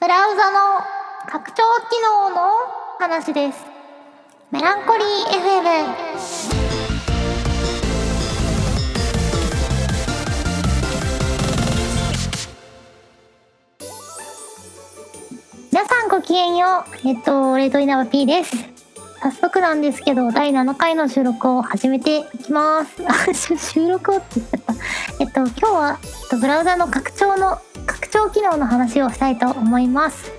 ブラウザの拡張機能の話ですメランコリー FM 皆さんごきげんようえっとレドイナバ P です早速なんですけど第7回の収録を始めていきます あ収収録をって言っちゃったえっと今日はえっとブラウザの拡張の拡張機能の話をしたいと思います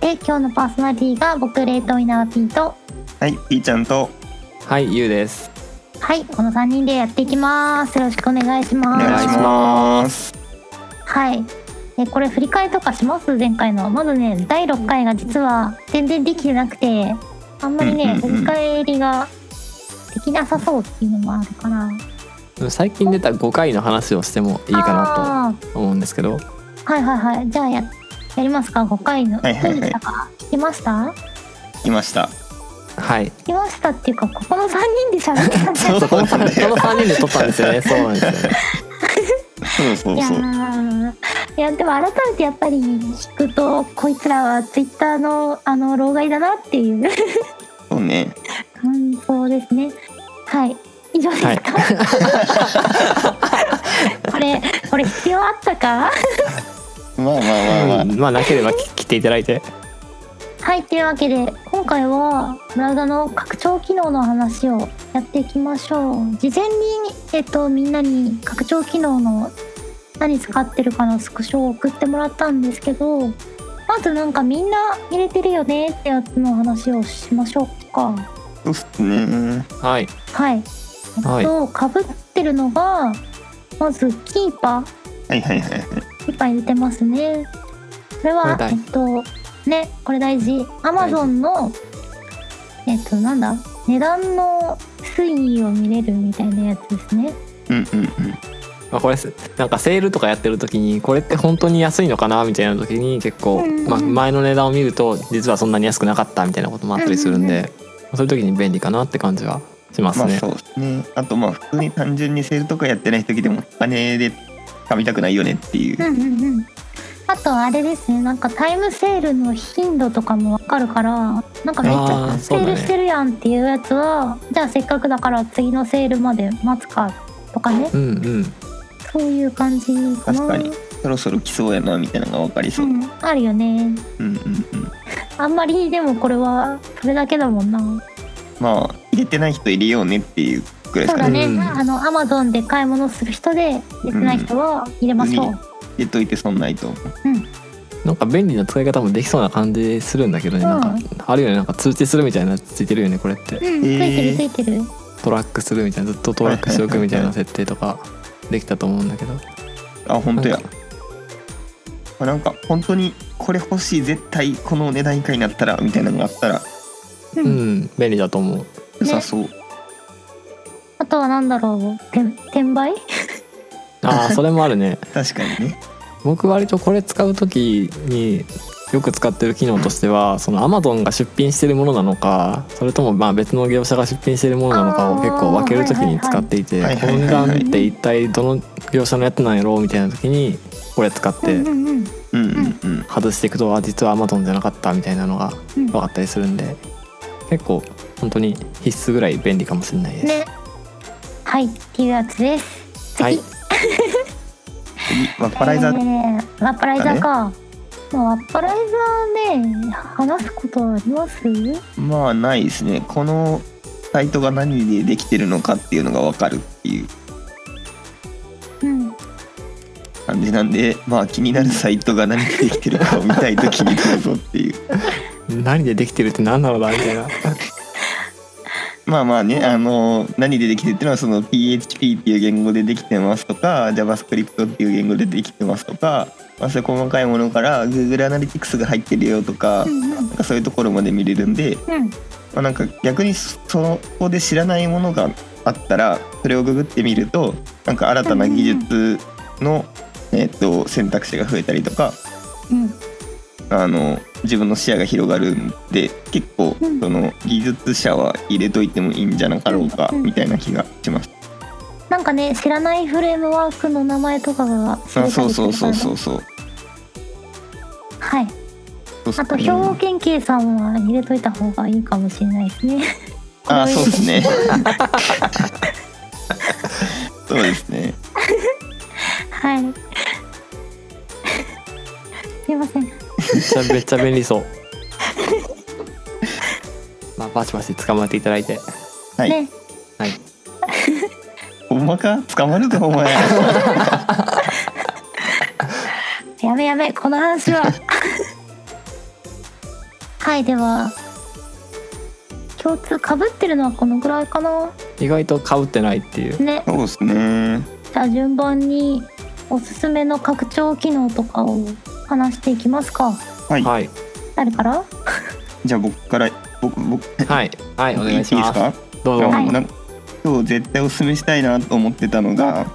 で今日のパーソナリティが僕レイトイナワピーとはい、ピーちゃんとはい、ゆうです。はいこの3人でやっていきますよろしくお願いしおます願いします。はいでこれ振り返りとかします前回のまずね第6回が実は全然できてなくてあんまりねうんうん振うんり返りができなさそうっていうのもあるからいい最近出た5回の話をしてもいいかななと思うんですけど、はいはいはいじゃあややりますか5回の、はいはいはいどうでしたか聞きました来ました。はい。聞きましたっていうかここの3人で喋ってたんじゃない そうこのなんだよ3人で撮ったんで すよね。そうなんですよね。そうそいうやそう。ーいやでも改めてやっぱり聞くとこいつらはツイッターのあの老害だなっていうそうね。感想ですねはい以上ですか、はい これこれ必要あったかまあまあまあままあ、なければ聞来ていただいて。はいというわけで今回はブラウザの拡張機能の話をやっていきましょう事前に、えっと、みんなに拡張機能の何使ってるかのスクショを送ってもらったんですけどまずなんかみんな入れてるよねってやつの話をしましょうかあ。そうっすね。はい。はいはい。とかぶってるのがまずキーパーはいはいはいはい。いっぱい入れてますね。これはこれ大えっとねこれ大事。アマゾンのえっとなんだ値段の推移を見れるみたいなやつですね。うんうんうん。まあ、これ、なんかセールとかやってる時に、これって本当に安いのかなみたいな時に、結構、うんうんまあ、前の値段を見ると、実はそんなに安くなかったみたいなこともあったりするんうんうんで、そういう時に便利かなって感じはしますまあね。そうっすね。あとまあ普通に単純にセールとかやってない時でもお金で噛みたくないよねっていうう。んうんうん。あとあれですねなんかタイムセールの頻度とかもわかるからなんかめっちあゃーセそうだーねルしてるやんっていうやつは、じゃあせっかくだから次のセールまで待つかとかねうんうん。そういう感じかな。確かにそろそろ来そうやなみたいなのが分かりそうう。うんん、あるよね。うんうん。あんまりでもこれはそれだけだもんな。まあ入れてない人入れようねっていうくらいそですうかだね。ね。うんあのアマゾンで買い物する人で入れてない人は入れましょう。うん入れといて損ないと思う。なんか便利な使い方もできそうな感じするんだけどね、うんなんかあるよねなんか通知するみたいなのついてるよねこれっうてん、つえーいてるついてる。トラックするみたいなずっとトラックしておくみたいな設定とかできたと思うんだけどあ本当やなんまあなんか本当にこれ欲しい絶対この値段以下になったらみたいなのがあったらう。うんん便利だと思う良さそう、あとはなんだろう。転転売？ああそれもあるね確かにね僕割とこれ使う時によく使ってる機能としてはその Amazon が出品してるものなのかそれともまあ別の業者が出品してるものなのかを結構分ける時に使っていてあーはいこはいのはい値段って一体どの業者のやつなんやろうみたいな時にこれ使っうてんうんうん。うんうんうん外していくとあ実は Amazon じゃなかったみたいなのがうん分かったりするんで、結構本当に必須ぐらい便利かもしれないです、ね。はいっていうやつです。次。はい次ワッパライザー、えーワッパライザーか。まあワッパライザーね話すことあります？まあないですねこのサイトが何でできてるのかっていうのが分かるっていううん。感じなんでまあ気になるサイトが何でできてるかを見たい時にどうぞっていう何でできてるって何なのだ みたいなまあまあねあの何でできてるっていうのはその PHP っていう言語でできてますとか JavaScript っていう言語でできてますとか、まあ、そういう細かいものから Google Analytics が入ってるよとか、うんうんなんかそういうところまで見れるんで、うん。まあ、なんか逆にそそこで知らないものがあったらそれをググってみるとなんか新たな技術の、えっと選択肢が増えたりとかうん。あの自分の視野が広がるんで結構うそんの技術者は入れといてもいいんじゃなかろうかうんみたいな気がします。なんかね知らないフレームワークの名前とかが知れたありすそるうそうそかうらそねうそうはいそうそうあと兵庫県警さんは入れといた方がいいかもしれないです ね。あそうですね そうですねはい。すいません。めっちゃめっちゃ便利そう。 まあバチバチ捕まえていただいて。はい、ね。はい。ほんまか捕まるかお 前やべやべ、この話 は。はい、では。共通かぶってるのはこのぐらいかな。意外と被ってないっていう。ね。そうですねじゃあ順番におすすめの拡張機能とかを話していきますか。はい、はい誰から？じゃあ僕から僕僕はいはいお願いします。いいですかどうぞ。あはいなんか今日絶対おすすめしたいなと思ってたのが、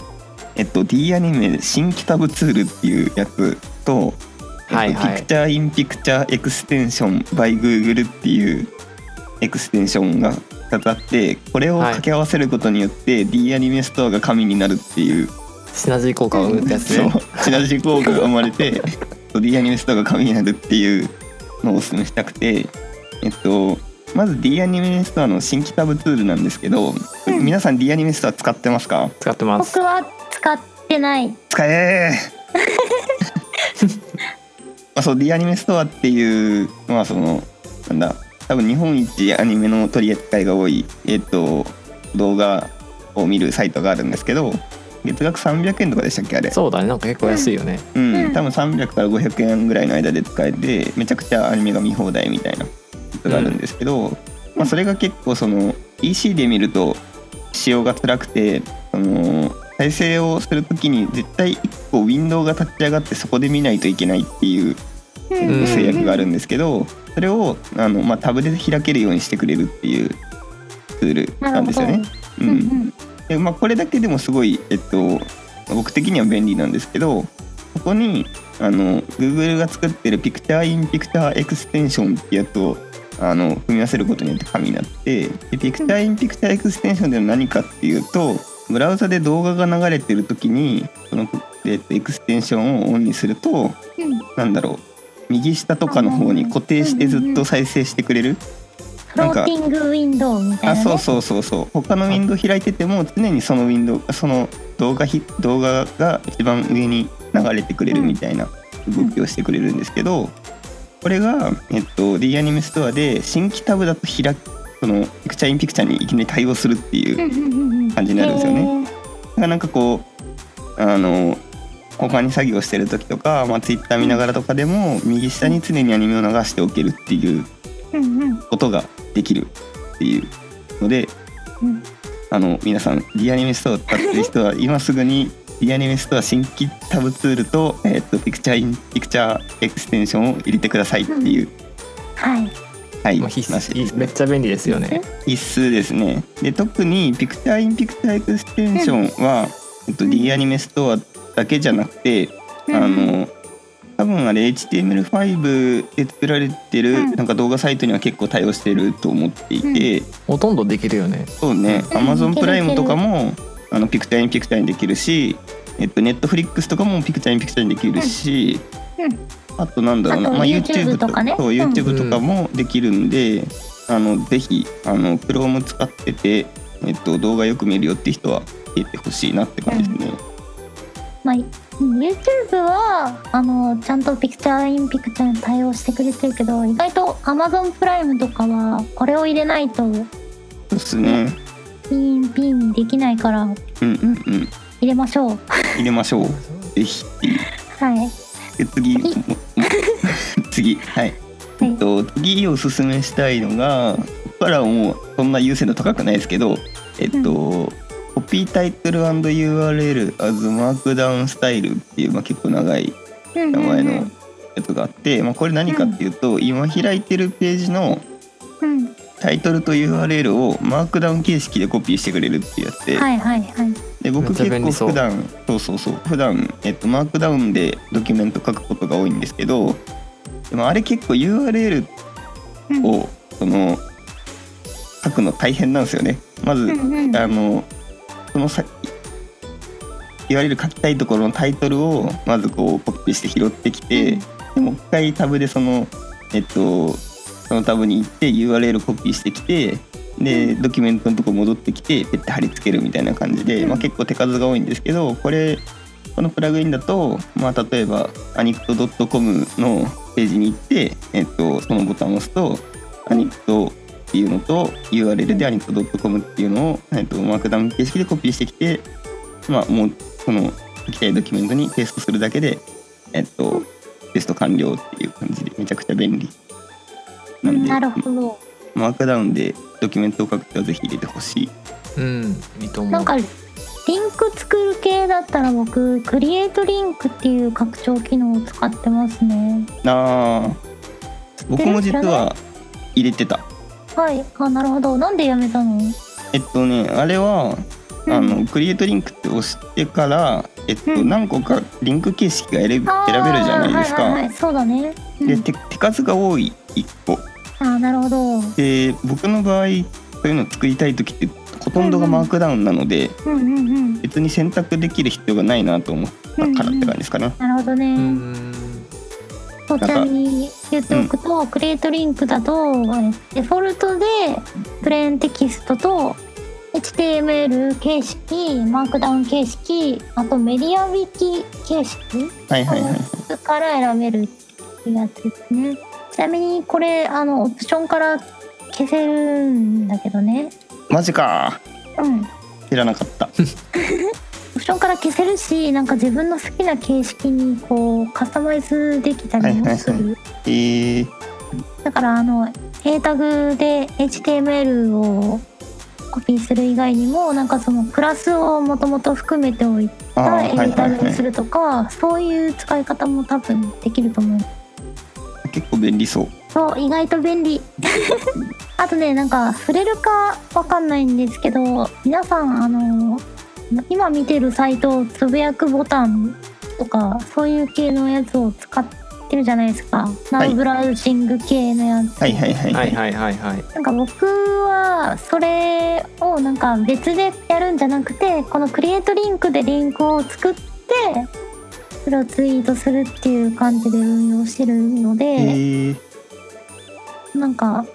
えっと、D アニメ「新キタブツール」っていうやつと、えっとはいはいピクチャーインピクチャーエクステンション by Google っていうエクステンションが2つあってこれを掛け合わせることによって D アニメストアが神になるっていうシナジー効果を生むってやつそうね。シナジー効果が生まれてそう D アニメストアが神になるっていうのをおすすめしたくてえっとまず D アニメストアの新規タブツールなんですけど、うん皆さん D アニメストア使ってますか使ってます僕。は使ってない。使えー まあそう D アニメストアっていうまあそのなんだ多分日本一アニメの取り扱いが多いえっと動画を見るサイトがあるんですけど月額300円とかでしたっけあれそうだねなんか結構安いよね。うんう、ん多分300から500円ぐらいの間で使えてめちゃくちゃアニメが見放題みたいなことがあるんですけど、まあ、それが結構その PC で見ると使用が辛くてその再生をするときに絶対1個ウィンドウが立ち上がってそこで見ないといけないっていううん制約があるんですけどそれをあの、まあ、タブで開けるようにしてくれるっていうツールなんですよね。ううんうんんでまあ、これだけでもすごい、えっと、僕的には便利なんですけどここにあの Google が作ってるピクチャーインピクチャーエクステンションってやつをあの組み合わせることによって紙になってでピクチャーインピクチャーエクステンションでは何かっていうとブラウザで動画が流れてる時にその、えっと、エクステンションをオンにするとうんうんなんだろう右下とかの方に固定してずっと再生してくれるフローティングウィンドウみたいな、ね、あそうそうそうそう他のウィンドウ開いてても常にそのウィンドウその動画ひ動画が一番上に流れてくれるみたいな動きをしてくれるんですけどこれが、えっと、D アニメストアで新規タブだと開くそのピクチャーインピクチャーにいきなり対応するっていううんうんうんうん感じになるんですよねなんかこうあの他に作業してる時とか、まあ、Twitter 見ながらとかでも右下に常にアニメを流しておけるっていうへーうんうんことができるっていうのでうんあの皆さん D アニメストアを使ってる人は今すぐに D アニメストア新規タブツールと,、えっとピクチャーインピクチャーエクステンションを入れてくださいっていう、はいはい、もう必話です須めっちゃ便利ですよね。必須ですねで特にピクチャーインピクチャーエクステンションは、えっと、D アニメストアだけじゃなくて、あの多分あれ HTML5 で作られてる、うんなんか動画サイトには結構対応してると思っていて、ほとんどできるよね。そううね、ん Amazon いけるプライムとかもあのピクチャーにピクチャーにできるし、えっと、Netflix とかもピクチャーにピクチャーにできるし、うんあとなんだろうな、あと YouTube とかねそううん YouTube とかもできるんで、あのぜひあの Chrome 使ってて、えっと、動画よく見るよって人は入れてほしいなって感じですね。まあ、YouTube はあのちゃんとピクチャーインピクチャーに対応してくれてるけど意外と Amazon プライムとかはこれを入れないとそうですね。ピンピンにできないからうんうんうん。入れましょう入れましょう。ぜひ。はいで次次 次はい、いえっと次おすすめしたいのがここからはもうそんな優先度高くないですけどえっと、コピータイトル &URL as Markdown Style っていう、まあ、結構長い名名前のやつがあって、まあ、これ何かっていうと、今開いてるページのうんタイトルと URL をマークダウン形式でコピーしてくれるっていうやつで、はいはいはいで僕めっちゃ結便構利そう普段そうそうそう普段えっとマークダウンでドキュメント書くことが多いんですけどでもあれ結構 URL うんをその書くの大変なんですよねまず、うんうんあのそのさ URL 書きたいところのタイトルをまずこうコピーして拾ってきて、うんでもう一回タブでそのえっとそのタブに行って URL コピーしてきてでドキュメントのとこ戻ってきてペッて貼り付けるみたいな感じで、うんまあ、結構手数が多いんですけどこれこのプラグインだと、まあ、例えば anict.com のページに行って、えっと、そのボタンを押すと anict っていうのと URL で anict.com っていうのを、えっと、マークダウン形式でコピーしてきて、まあ、もうその書きたいドキュメントにペーストするだけで、えっと、テスト完了っていう感じでめちゃくちゃ便利なんでなるほど。マークダウンでドキュメントを書く人はぜひ入れてほしい。うんいいと思うなんかリンク作る系だったら僕クリエイトリンクっていう拡張機能を使ってますねああ僕も実は入れてた。はいあなるほどなんでやめたのえっとねあれはうんあのクリエイトリンクって押してから、えっうと、ん何個かリンク形式が選べ選べるじあーゃないですはいはいはい、か。そうだね、うんで手手数が多い1個。あーなるほど、うんで僕の場合そういうのを作りたい時ってほとんどがマークダウンなので、うんうん、別に選択できる必要がないなと思ったからって感じですかね。なるほどね、うんそうなんちかなみに言っておくと、クリエイトリンクだとデフォルトでプレーンテキストと HTML 形式マークダウン形式あとメディアウィキ形式はいはいはい。から選べるってやつですねちなみにこれあのオプションから消せるんだけどねマジかうん知らなかった。オプションから消せるしなんか自分の好きな形式にこうカスタマイズできたりもする、はいはえー、だからあの A タグで HTML をコピーする以外にもなんかそのプラスをもともと含めておいあーたはいはい A タグはにいす。るとか、そういう使い方も多分できると思う結構便利そう。そう意外と便利あとねなんか触れるかわかんないんですけど皆さんあの今見てるサイトつぶやくボタンとかそういう系のやつを使ってるじゃないですか、はナいウブラウジング系のやつ、はいはいはいははいい。はいはいはいなんか僕はそれをなんか別でやるんじゃなくてこのクリエイトリンクでリンクを作ってそれをツイートするっていう感じで運用してるので、えー、なんか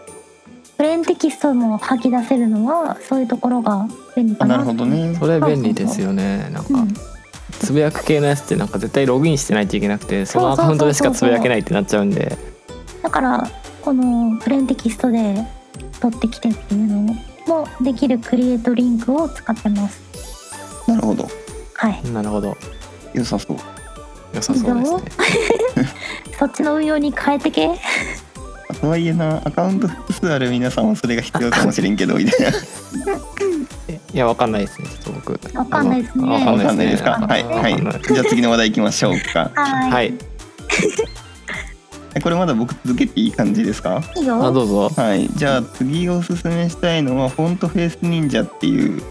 プレーンテキストも吐き出せるのはそういうところが便利あかななるほどね。それ便利ですよねなんうかん、つぶやく系のやつってなんか絶対ログインしてないといけなくてそのアカウントでしかつぶやけないってなっちゃうんでだからこのプレーンテキストで取ってきてっていうのもできるクリエイトリンクを使ってますなるほど。はいなるほど良さそう。良さそうですねそっちの運用に変えてけとはいえなアカウント複数ある皆さんはそれが必要かもしれんけどみたいな。いやわかんないですねちょっと僕わかんないですねあのわわかかんんなないでいですすか。ねはいわはかんないい。じゃあ次の話題行きましょうか。ははいいこれまだ僕続けていい感じですか？いいよあどうぞはい。じゃあ次おすすめしたいのはフォントフェイス忍者っていう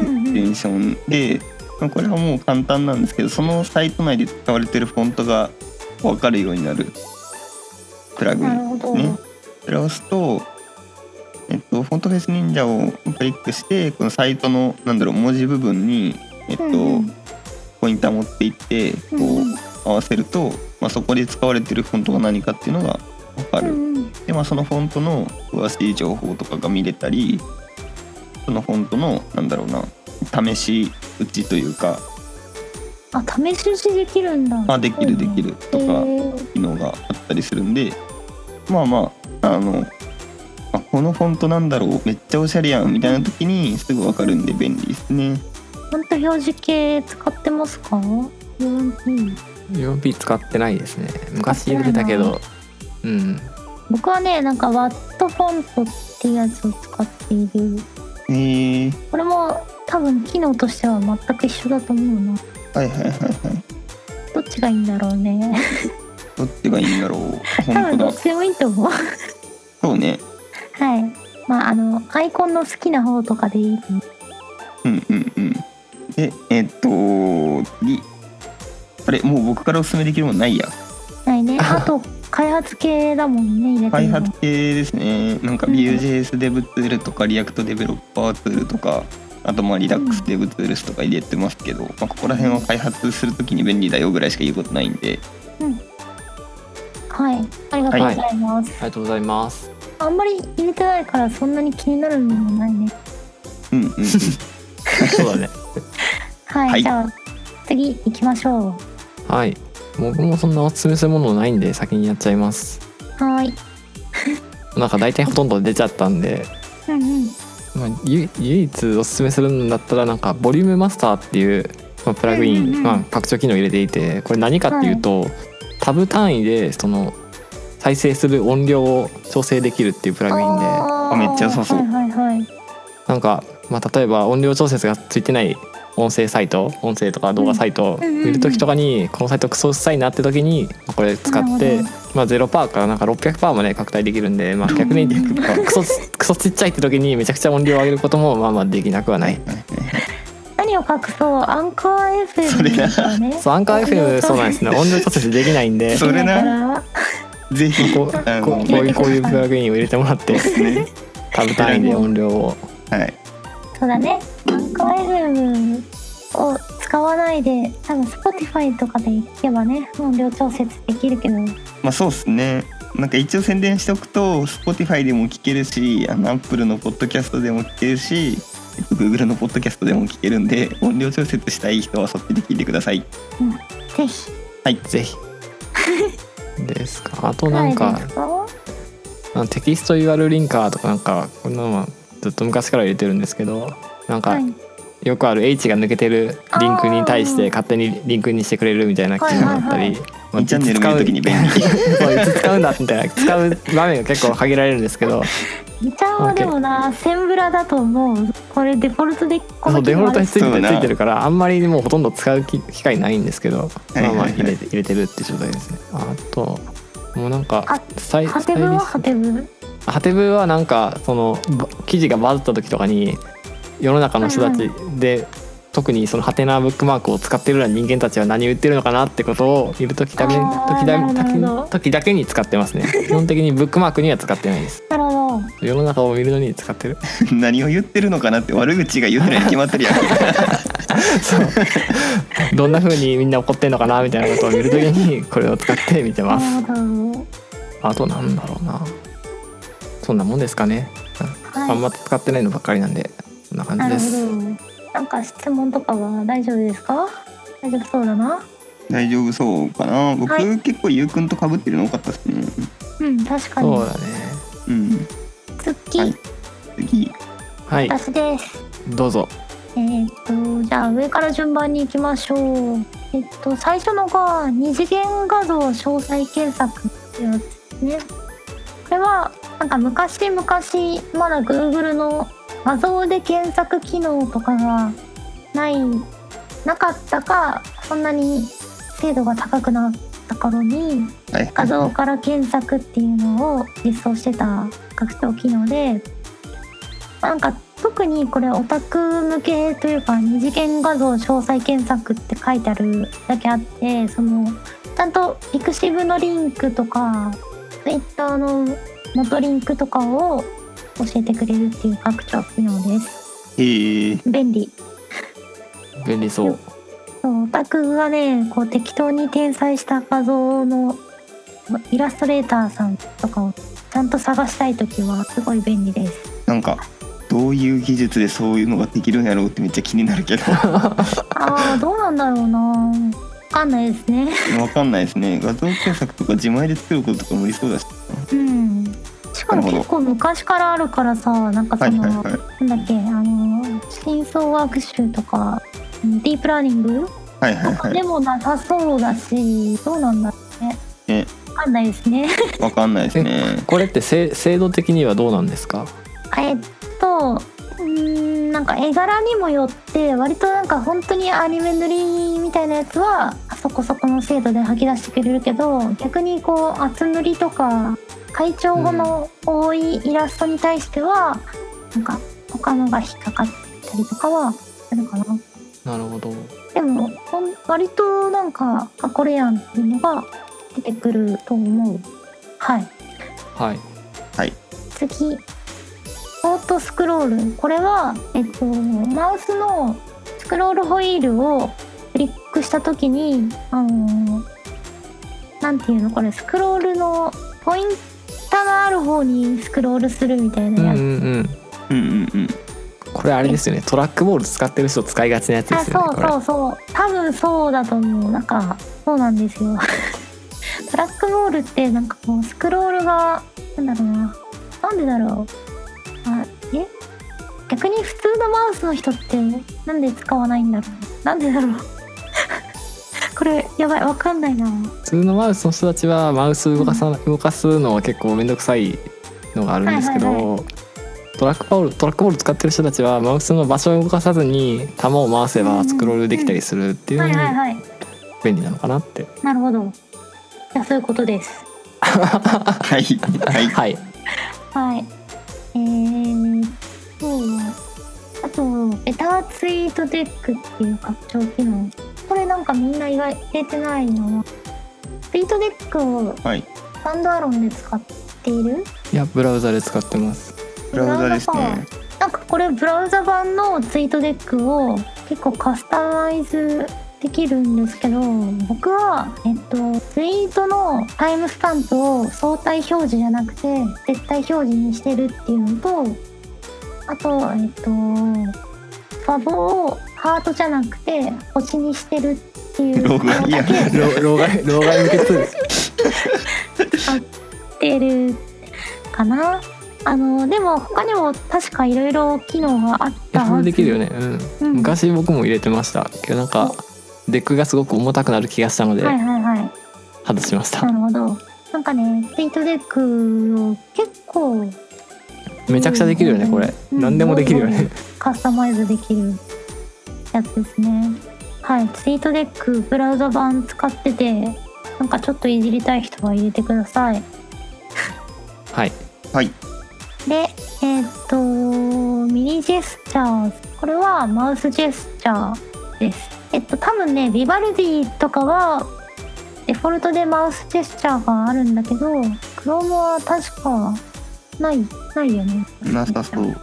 うんうエんクステンションで、まあこれはもう簡単なんですけどそのサイト内で使われてるフォントが分かるようになるプラグイなるンほど、ねそれを押すと、えっと、フォントフェイス忍者をクリックしてこのサイトのなんだろう文字部分に、えっとうんうんポインター持っていってこう、うんうん合わせると、まあ、そこで使われてるフォントが何かっていうのが分かうる。んうんでまあそのフォントの詳しい情報とかが見れたりそのフォントのなんだろうな試し打ちというかあ試し打ちできるんだあできるできるとへかー機能があったりするんでまあまああのあこのフォントなんだろうめっちゃおしゃれやんみたいな時にすぐわかるんで便利ですね。フォント表示系使ってますか 4P UMP 使ってないですね昔入れてたけどうん僕はねなんか WAT フォントっていうやつを使っているえー、これも多分機能としては全く一緒だと思うなはいはいはいはいどっちがいいんだろうねどっちがいいんだろうあ 多分本ど当だっちでもいいと思うそうねはいまああのアイコンの好きな方とかでいいと思ううんうんうんでえっと次あれもう僕からおすすめできるもんないやない ねあと開発系だもんね入れて開るの発系ですねなんかうん Vue.js デブツールとか React デベロッパーツールとかあとまあ Redux デブツールスとか入れてますけど、まあ、ここら辺は開発するときに便利だよぐらいしか言うことないんではいありがとうございます、りがとうございますあんまり入れてないからそんなに気になるのもないねうんうんうん そうだねはい、はいじゃあ次行きましょうはい僕もそんなおすすめするものないんで先にやっちゃいますはーいなんか大体ほとんど出ちゃったんで、うんうんまあ、ゆ唯一おすすめするんだったらなんかボリュームマスターっていう、まあ、プラグイン、うんうんうんまあ、拡張機能入れていてこれ何かっていうと、タブ単位でその再生する音量を調整できるっていうプラグインであーあめっちゃ良さそうはいはいはいなんか、まあ、例えば音量調節がついてない音声サイト音声とか動画サイトをうんうんうんうん見る時とかにこのサイトクソ臭いなって時にまあこれ使っなてるほど、まあ、0%からなんか600%まで拡大できるんで、まあ、逆にクソクソちっちゃいって時にめちゃくちゃ音量を上げることもまあまあできなくは ない。何を隠そうアンカー FM ですよねそうアンカー FM そう なんですね音量調節できないんでそれなだからぜひこうこあうのこういうこういうプラグインを入れてもらってねタブ単位で音量をはいそうだねアンカー FM を使わないで多分 Spotify とかで聞けばね音量調節できるけどまあそうっすねなんか一応宣伝しておくと Spotify でも聞けるしあの Apple のポッドキャストでも聞けるし Google のポッドキャストでも聞けるんで音量調節したい人はそっちで聞いてくださいぜひぜひですかあとなんいかですかあのテキスト URL リンカーとかなんかこんなのはずっと昔から入れてるんですけどなんかはいよくある H が抜けてるリンクに対してあー勝手にリンクにしてくれるみたいな機能だったはいりはまあ2チャンネル見るときに便利 そういつ使うんだみたいな使う場面が結構限られるんですけどギターはでもな、センブラだと思う。これデフォルトでこそうのデフォルトについそてうつなてるからあんまりもうほとんど使う機機会ないんですけど、いはいはいまあまあ入れて入れてるって状態ですねあともうなんかあサイハテブはハテブ。ハテブはなんかそのば記事がバズった時とかに世の中の人たちで、特にそのハテナブックマークを使ってるような人間たちは何を言ってるのかなってことをいる時だけあー時だなるほど時だけに使ってますね基本的にブックマークには使ってないですなるほど。世の中を見るのに使ってる 何を言ってるのかなって悪口が言うのに決まっ てるやんそうどんな風にみんな怒ってんのかなみたいなことを見る時にこれを使って見てまなするほど。あとなんだろうなそんなもんですかね、はい。あんま使ってないのばっかりなんでこんな感なじるでほすど。なんか質問とかは大丈夫ですか？大丈夫そうだな。大丈夫そうかな僕、はい結構ゆうくんとかぶってるの多かったっすねうん、確かにそう。だねうんツッキー、はい次はい私です。どうぞえーっと、じゃあ上から順番に行きましょう。えっと最初のが二次元画像詳細検索っていうやつですね。これはなんか昔々まだ Google の画像で検索機能とかがないなかったかそんなに精度が高くなった頃にはい画像から検索っていうのを実装してた拡張機能でなんか特にこれオタク向けというか二次元画像詳細検索って書いてあるだけあってそのちゃんと Pixiv のリンクとか Twitter の元リンクとかを教えてくれるっていう拡張機能ですへえ便利便利そうそうオタクがねこう適当に転載した画像のイラストレーターさんとかをちゃんと探したい時はすごい便利です。なんかどういう技術でそういうのができるんやろうってめっちゃ気になる けどわああどうなんだろうなわかんないですね。 かんないですね画像検索とか自前で作ることとか無理そうだしうん。しかもなるほど結構昔からあるからさなんかそはいの、はいはいなんだっけあの深層学習とかうんディープラーニングはいはといかはいでもなさそうだしどうなんだろうね。ねわかんないですね。わかんないですね。これってせ制度的にはどうなんですかえっとうーんなんか絵柄にもよって割となんか本当にアニメ塗りみたいなやつはそこそこの精度で吐き出してくれるけど逆にこう厚塗りとか会長の多いイラストに対しては、なんか他のが引っかかったりとかはするかな。なるほどでもほん割となんかあこれやんっていうのが出てくると思う。はいはい次オートスクロールこれは、えっと、マウスのスクロールホイールをクリックした時に、あのーなんていうのこれスクロールのポインターのある方にスクロールするみたいなやうんうつ、んうんうんうんうんこれあれですよねトラックボール使ってる人使いがちなやつであすよねそうこれそうそう多分そうだと思うなんかそうなんですよ トラックボールってなんかこうスクロールがなんだろうななんでだろうあえ逆に普通のマウスの人ってなんで使わないんだろうなんでだろう これやばいわかんないな普通のマウスの人たちはマウス動かさ、動かすのは結構面倒くさいのがあるんですけど、はいはいトラックボールトラックボール使ってる人たちはマウスの場所を動かさずに球を回せばスクロールできたりするっていうはいのにはいはい便利なのかなって、なるほどじゃあそういうことですはいはいはいはいえー、そうあとベターツイートデックっていう拡張機能これなんかみんな意外入れてないなツイートデックをはいサンドアロンで使っているいやブラウザで使って ますブラウザですねなんかこれブラウザ版のツイートデックを結構カスタマイズできるんですけど僕は、えっと、ツイートのタイムスタンプを相対表示じゃなくて絶対表示にしてるっていうのとあとえっとファボをハートじゃなくて星にしてるっていう老害のだけ老老害老害向けツールってるかなあのでも他にも確かいろいろ機能があっいやたそはれずできるよね、うんうん昔僕も入れてましたけどなんかデックがすごく重たくなる気がしたのではいはいはい外しました、なるほど。なんかね、ツイートデックを結構めちゃくちゃできるよねこれ、うん何でもできるよね、カスタマイズできるやつですね。はい、ツイートデックブラウザ版使ってて、なんかちょっといじりたい人は入れてください。はいはいで、えーっと、ミニジェスチャーズ。これはマウスジェスチャーです。えっと、多分ね、ビバルディとかは、デフォルトでマウスジェスチャーがあるんだけど、Chrome は確か、ない、ないよね。なさそううん。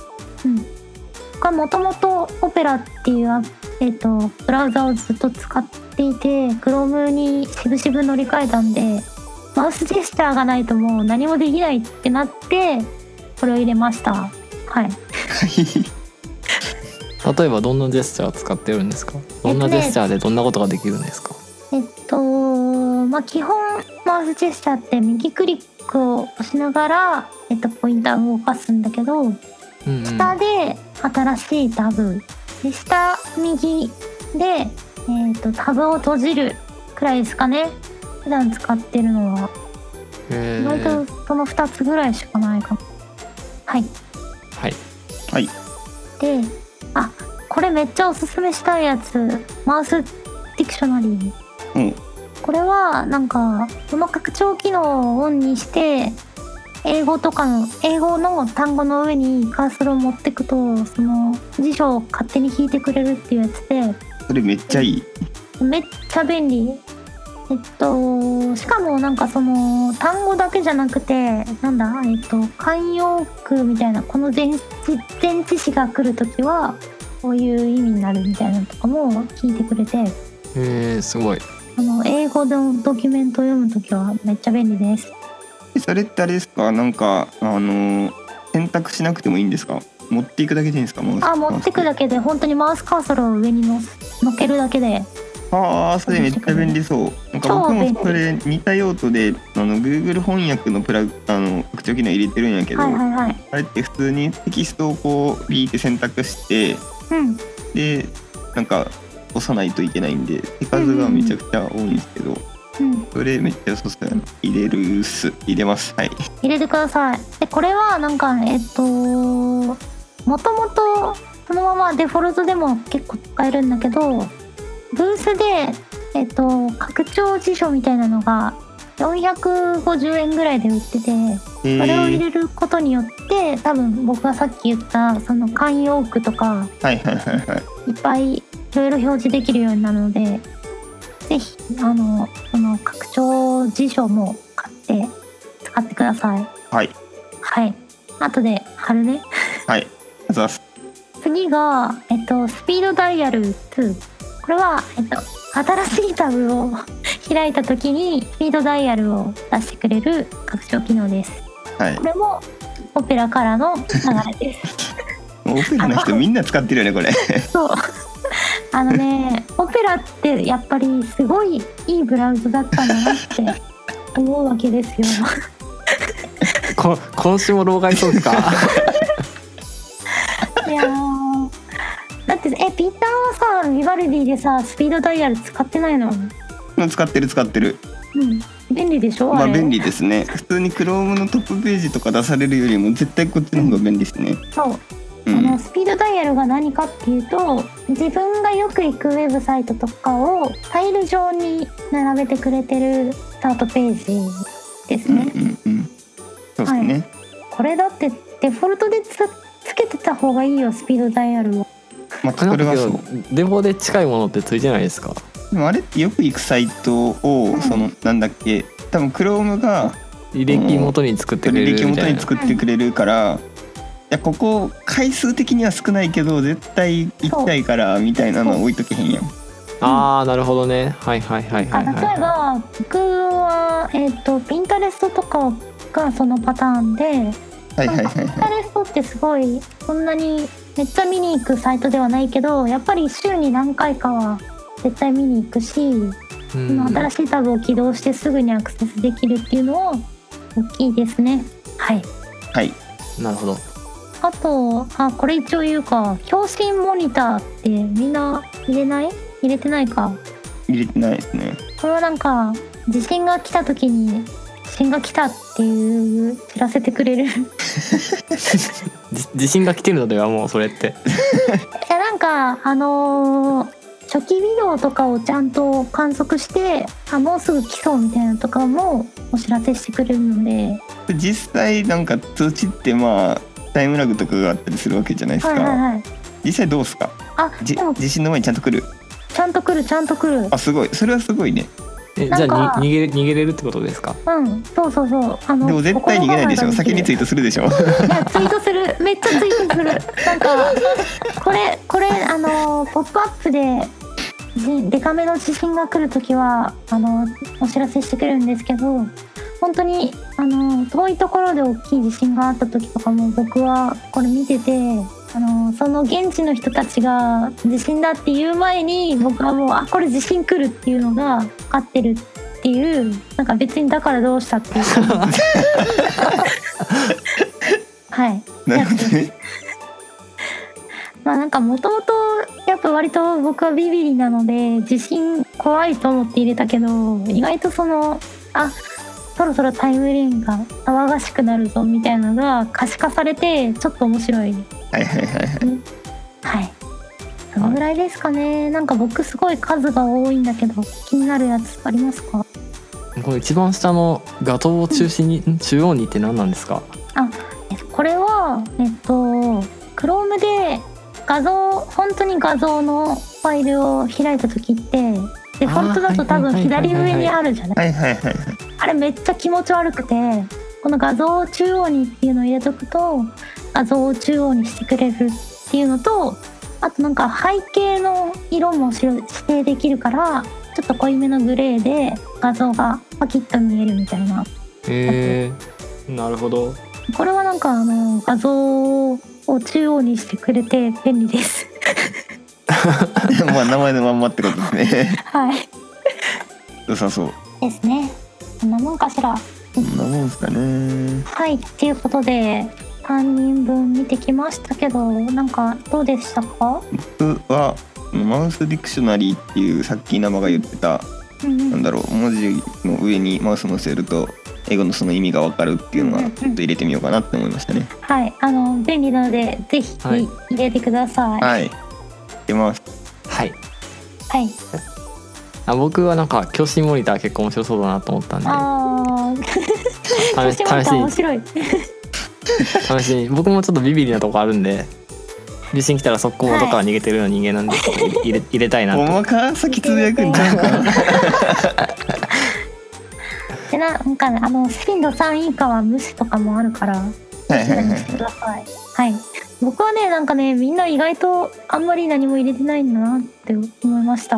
がもともとオペラっていうア、えっと、ブラウザをずっと使っていて、Chrome にしぶしぶ乗り換えたんで、マウスジェスチャーがないともう何もできないってなって、これを入れました。はい。例えばどんなジェスチャーを使ってるんですかどんなジェスチャーでどんなことができるんですか、えっと、まあ、基本マウスジェスチャーって右クリックを押しながら、えっと、ポインターを動かすんだけど、うんうん、下で新しいタブで下右で、えー、とタブを閉じるくらいですかね普段使ってるのはえ意ー外とその2つぐらいしかないかもはいはいはいであこれめっちゃおすすめしたいやつマウスディクショナリーうんこれはなんかこの拡張機能をオンにして英語とかの英語の単語の上にカーソルを持ってくとその辞書を勝手に引いてくれるっていうやつでそれめっちゃいいめっちゃ便利えっとしかもなんかその単語だけじゃなくてなんだえっと慣用句みたいなこの前置前置詞が来る時はこういう意味になるみたいなのとかも聞いてくれてえー、すごいあの英語のドキュメントを読むときはめっちゃ便利です。それってあれですかなんかあの選択しなくてもいいんですか持っていくだけでいいんですかマウスあ、持ってくだけで本当にマウスカーソルを上にのすのっけるだけで。ああそれめっちゃ便利そうなんか僕もそれ似た用途であの Google 翻訳のプラグあの拡張機能入れてるんやけど、はいはいはい。あれって普通にテキストをこうビーって選択してうん。でなんか押さないといけないんで手数がめちゃくちゃ多いんですけど、うん、それめっちゃ良さそうやな入れるっす入れますはい入れてくださいでこれはなんかえっともともとそのままデフォルトでも結構使えるんだけどブースでえっと拡張辞書みたいなのが450円ぐらいで売っててえそれを入ー、れることによって多分僕がさっき言ったその慣用句とかはいはいはいはいいっぱいいろいろ表示できるようになるのでぜひあのその拡張辞書も買って使ってくださいはいはい後で貼るね はいあざっす次が、えっと、スピードダイヤル2これは、えっと、新しいタブを 開いた時にスピードダイヤルを出してくれる拡張機能ですはいこれもオペラからの流れですもうオペラの人みんな使ってるよね これそう。 あのね、オペラってやっぱりすごいいいブラウザだったんだなって思うわけですよ。こ今週も老害そうか いやー だってえピーターはさビバルディでさスピードダイヤル使ってないの、うもう使ってる使ってるん、便利でしょまああれ、便利ですね普通に Chrome のトップページとか出されるよりも絶対こっちの方が便利ですねそう、うあんのスピードダイヤルが何かっていうと自分がよく行くウェブサイトとかをタイル上に並べてくれてるスタートページですうんね、うんうんそうですね、これだってデフォルトでつつけてた方がいいよスピードダイヤルをまあそれはそうデフォで近いものってついてないですかでもあれってよく行くサイトを、うんそのなんだっけ多分 Chrome が履歴元に作ってくれ履る歴み元たいにな作ってくれるから、いやここ回数的には少ないけど絶対行きたいからみたいなのは置いとけへんやんああなるほどねはいはいはいあはい例えはいば僕はえっ、とピンタレストとかがそのパターンではいはいはいピンはタレストってすごいそんなにめっちゃ見に行くサイトではないけどやっぱり週に何回かは絶対見に行くし、うん今新しいタブを起動してすぐにアクセスできるっていうのは大きいですねはいいはいなるほどあとあこれ一応言うか共振モニターってみんな入れない入れてないか入れてないですねこれはなんか地震が来た時に地震が来たっていう知らせてくれる いじ地震が来てるのではもうそれってやなんかあのー初期微動とかをちゃんと観測してあもうすぐ来そうみたいなのとかもお知らせしてくれるので実際なんか通知ってまあタイムラグとかがあったりするわけじゃないですはか、いはいはい実際どうですかあじでも地震の前にちゃんと来るちゃんと来るちゃんと来るあすごいそれはすごいねえじゃなあんかに逃げ逃げれるってことですかうんそうそうそうあのでも絶対逃げないでしょ先にツいイートするでし ょいやツイートするめっちゃツイートするなんかこれこれあの「ポップアップでじデカめの地震が来る時はあのお知らせしてくれるんですけど本当にあの遠いところで大きい地震があった時とかも僕はこれ見ててあのその現地の人たちが地震だって言う前に僕はもうあこれ地震来るっていうのが分かってるっていうなんか別にだからどうしたっていうはいなるほどねまあなんかもともとやっぱ割と僕はビビリなので地震怖いと思って入れたけど意外とそのあそろそろタイムレーンが騒がしくなるぞみたいなのが可視化されてちょっと面白いはいはいはいはいはいそのぐらいですかね、なんか僕すごい数が多いんだけど気になるやつありますかこれ一番下の画頭を中心に、ん中央にって何なんですかえこれはえっと Chrome で画像本当に画像のファイルを開いた時ってデフォルトだと多あ分ーはいはいはいはい左上にあるじゃないはいはい はいあれめっちゃ気持ち悪くてこの画像を中央にっていうのを入れとくと画像を中央にしてくれるっていうのとあとなんか背景の色も指指定できるからちょっと濃いめのグレーで画像がパキッと見えるみたいなへえなるほどこれはなんかあの画像を中央にしてくれて便利です。まあ名前のまんまってことですね はい。良さそうですね。こんなもんかしら。こんなもんですかねはい。っていうことで3人分見てきましたけど、なんかどうでしたか？僕はマウスディクショナリーっていうさっき生が言ってたうんなんだろう文字の上にマウス乗せると英語のその意味がわかるっていうのうんうはんちょっと入れてみようかなって思いましたねはい。あの便利なのでぜひはい入れてください。はい。はい出ますはいあ僕はなんか共振モニター結構面白そうだなと思ったんでああ、試し私も面試し白い。 に試しに僕もちょっとビビリなとこあるんで地震来たら速攻とから逃げてるような人間なん で、入れ入れたいなおとまか さきつぶやくんちゃうかでなんかあの震度3以下は無視とかもあるから。はいはいはいください。はい。僕はね、なんかね、みんな意外とあんまり何も入れてないんだなって思いました。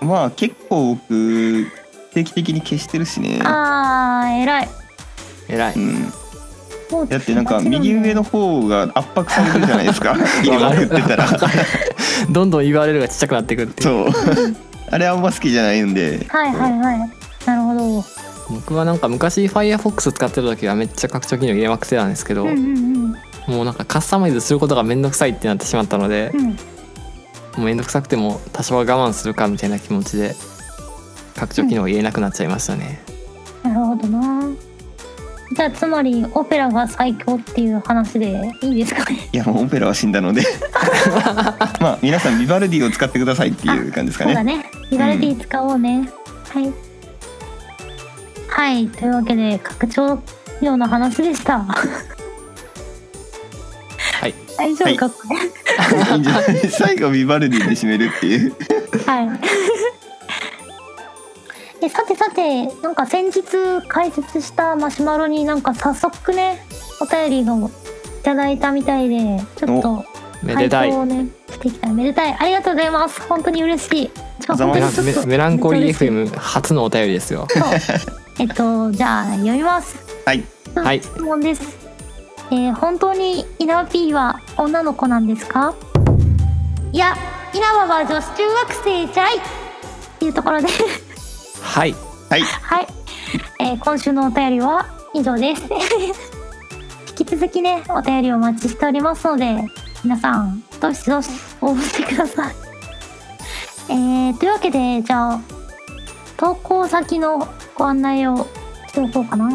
まあ結構僕定期的に消してるしね。あー偉い偉いうん、もうだってなんかもちろ右上の方が圧迫されてるじゃ ないですか入れまくってたらどんどん URL がちっちゃくなっていくっていうそうあれあんま好きじゃないんではいはいはいなるほど僕はなんか昔 Firefox 使ってる時はめっちゃ拡張機能入れまくってたんですけど、うんうんもうなんかカスタマイズすることがめんどくさいってなってしまったのでう、んうんもうめんどくさくても多少は我慢するかみたいな気持ちで拡張機能を入れなくなっちゃいましたね、なるほどなじゃあつまりオペラが最強っていう話でいいですかねいやもうオペラは死んだの でまあ皆さんビバルディを使ってくださいっていう感じですかそうだねねビバルディ使おうね、はいはいというわけで拡張機能の話でしたはい大丈夫か、これ いいんじゃない最後ビバルディで締めるっていうはい。 えさてさてなんか先日解説したマシュマロになんか早速ねお便りをいただいたみたいでちょっとめでたい回答をねしていきたいめでたいありがとうございます本当に嬉しいちょあざま本メ当ラにちょっメとメランコリーめっちゃ嬉しい FM 初のお便りですよ えっとじゃあ読みますはいはい質問です、えー本当に稲葉 P は女の子なんですかいや稲葉は女子中学生じゃいっていうところではいはいはい、えー今週のお便りは以上です。引き続きね、お便りをお待ちしておりますので、皆さん、どしどし応募してください。 えーというわけで、じゃあ、投稿先のご案内をしておこうかな。は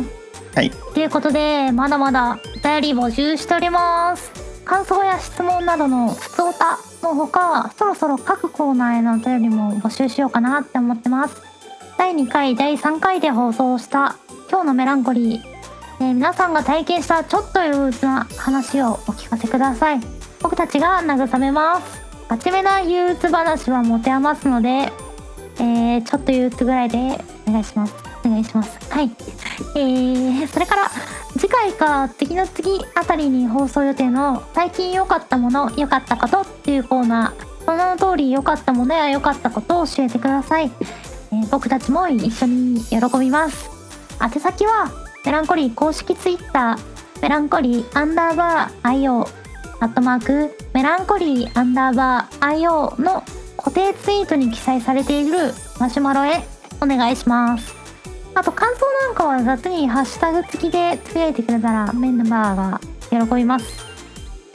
いということで、まだまだお便り募集しております。感想や質問などの普通おたのほか、そろそろ各コーナーへのお便りも募集しようかなって思ってます。第2回第3回で放送した「今日のメランコリー」えー皆さんが体験したちょっと憂鬱な話をお聞かせください僕たちが慰めます真面目な憂鬱話は持て余すので、えーちょっと憂鬱ぐらいでお願いしますお願いしますはいえー、それから次回か次の次あたりに放送予定の最近良かったもの良かったことっていうコーナーその名の通り良かったものや良かったことを教えてくださいえー僕たちも一緒に喜びます宛先はメランコリー公式ツイッターメランコリーアンダーバー IO アットマークメランコリーアンダーバー IO の固定ツイートに記載されているマシュマロへお願いしますあと感想なんかは雑にハッシュタグ付きでつぶやいてくれたらメンバーが喜びます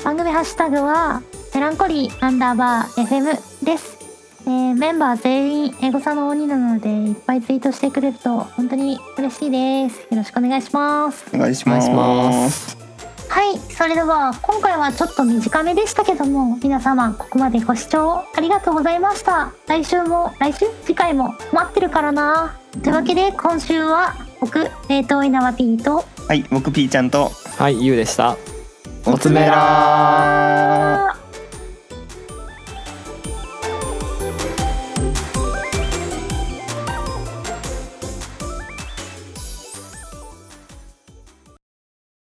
番組ハッシュタグはメランコリーアンダーバー FM ですえーメンバー全員エゴサの鬼なのでいっぱいツイートしてくれると本当に嬉しいですよろしくお願いしますお願いしまお願いしますはいそれでは今回はちょっと短めでしたけども皆様ここまでご視聴ありがとうございました来週も来週次回も待ってるからなというわけで今週は僕冷凍稲葉 P とはい僕ピーちゃんとはいゆうでしたおつめらあー